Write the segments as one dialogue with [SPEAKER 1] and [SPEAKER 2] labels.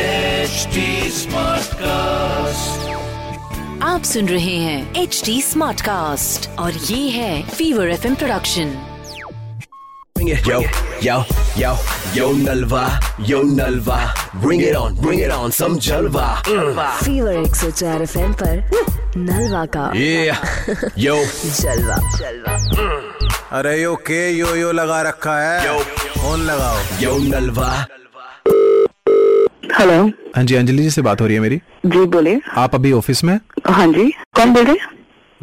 [SPEAKER 1] HD Smartcast.
[SPEAKER 2] आप सुन रहे हैं एच डी स्मार्ट कास्ट और ये है fever F production
[SPEAKER 3] Bring it. Yo, yo, yo, yo Nalva, yo Nalva. Bring it on, bring it on, some Jalva. Mm.
[SPEAKER 2] Fever एक सौ चार एफ एम नलवा का
[SPEAKER 3] Yeah, yo,
[SPEAKER 2] जलवा जलवा
[SPEAKER 4] अरे यो के यो यो लगा रखा है
[SPEAKER 3] Yo.
[SPEAKER 4] फोन लगाओ
[SPEAKER 3] yo Nalva.
[SPEAKER 5] हेलो
[SPEAKER 4] हाँ जी अंजलि जी से बात हो रही है मेरी
[SPEAKER 5] जी बोलिए
[SPEAKER 4] आप अभी ऑफिस में
[SPEAKER 5] हाँ जी कौन बोल रहे हैं?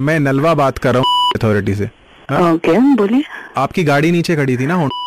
[SPEAKER 4] मैं नलवा बात कर रहा हूँ अथॉरिटी से हाँ?
[SPEAKER 5] ओके बोलिए
[SPEAKER 4] आपकी गाड़ी नीचे खड़ी थी ना Honda।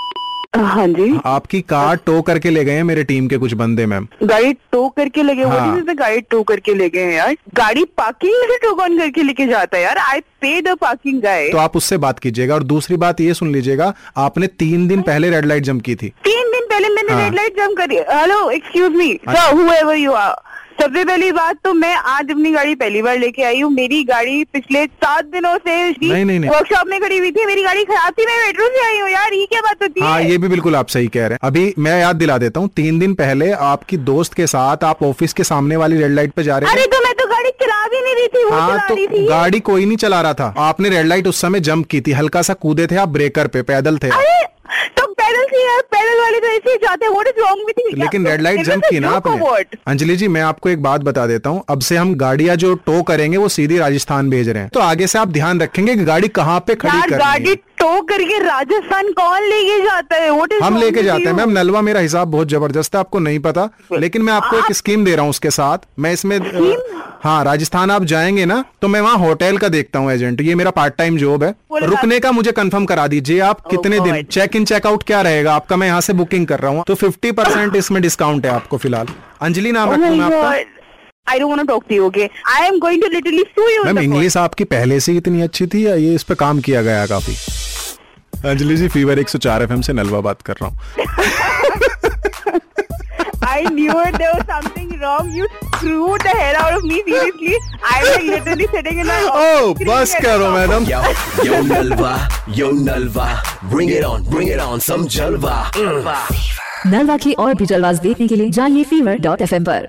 [SPEAKER 5] हाँ जी
[SPEAKER 4] आपकी कार टो करके ले गए हैं मेरे टीम के कुछ बंदे मैम
[SPEAKER 5] गाड़ी टो करके लगे हुए
[SPEAKER 4] हाँ।
[SPEAKER 5] थे जिसमें गाड़ी टो करके ले गए हैं यार गाड़ी पार्किंग में से टो ऑन करके लेके जाता है यार I pay the parking guy
[SPEAKER 4] तो आप उससे बात कीजिएगा और दूसरी बात ये सुन लीजिएगा आपने तीन दिन पहले रेड लाइट जम की थी
[SPEAKER 5] तीन दिन पहले मैंने
[SPEAKER 4] हाँ।
[SPEAKER 5] रेड लाइट जम करी hello excuse me sir whoever you are सबसे पहली बात तो मैं आज अपनी गाड़ी पहली बार लेके आई हूँ मेरी गाड़ी पिछले सात दिनों से
[SPEAKER 4] नहीं, नहीं, नहीं।
[SPEAKER 5] वर्कशॉप में खड़ी हुई थी मेरी गाड़ी खराब थी मैं मेट्रो से आई हूँ यार ये क्या बात होती
[SPEAKER 4] हाँ
[SPEAKER 5] है
[SPEAKER 4] ये भी बिल्कुल आप सही कह रहे हैं अभी मैं याद दिला देता हूँ तीन दिन पहले आपकी दोस्त के साथ आप ऑफिस के सामने वाली रेड लाइट पे जा रहे थे
[SPEAKER 5] अरे तो मैं तो गाड़ी चला भी नहीं रही थी वो
[SPEAKER 4] हाँ
[SPEAKER 5] चला
[SPEAKER 4] तो
[SPEAKER 5] रही थी
[SPEAKER 4] गाड़ी कोई नहीं चला रहा था आपने रेड लाइट उस समय जंप की थी हल्का सा कूदे थे आप ब्रेकर पे पैदल थे
[SPEAKER 5] अरे तो पैदल से यार पैदल वाले तो ऐसे ही जाते हैं what is wrong with you
[SPEAKER 4] लेकिन रेड लाइट जंप की ना आपने अंजलि जी मैं आपको एक बात बता देता हूँ अब से हम गाड़ियां जो टो करेंगे वो सीधी राजस्थान भेज रहे हैं तो आगे से आप ध्यान रखेंगे कि गाड़ी कहाँ पे खड़ी
[SPEAKER 5] यार
[SPEAKER 4] करनी
[SPEAKER 5] गाड़ी
[SPEAKER 4] है
[SPEAKER 5] टो करके राजस्थान कौन लेके जाता है व्हाट इज
[SPEAKER 4] हम लेके जाते हैं मैम नलवा मेरा हिसाब बहुत जबरदस्त है आपको नहीं पता लेकिन मैं आपको एक स्कीम दे रहा हूँ उसके साथ मैं इसमें हाँ राजस्थान आप जाएंगे ना तो मैं वहाँ होटल का देखता हूँ एजेंट ये मेरा पार्ट टाइम जॉब है
[SPEAKER 5] बोले
[SPEAKER 4] रुकने का मुझे कंफर्म करा दीजिए आप कितने दिन
[SPEAKER 5] Oh God.
[SPEAKER 4] Check in checkout क्या रहेगा आपका मैं यहाँ से बुकिंग कर रहा हूँ तो फिफ्टी परसेंट इसमें डिस्काउंट है आपको फिलहाल अंजलि
[SPEAKER 5] Oh
[SPEAKER 4] नाम रखूँ मैं आपका
[SPEAKER 5] I don't want to talk to you okay I am going to literally sue you
[SPEAKER 4] ma'am English आपकी पहले से ही इतनी अच्छी थी या ये इस पे काम किया गया है काफी अंजलि जी फीवर 104 एफएम से नलवा बात कर रहा हूँ
[SPEAKER 5] I knew there was something wrong you threw the hair out of me seriously I am literally sitting in
[SPEAKER 4] oh Oh, बस करो madam
[SPEAKER 3] Yo, yo Nalva, yo Nalva. Bring it on, bring it on, some Jalva. Mm.
[SPEAKER 6] Nalva की और भी जलवाज देखने के लिए जाइए फीवर डॉट एफ पर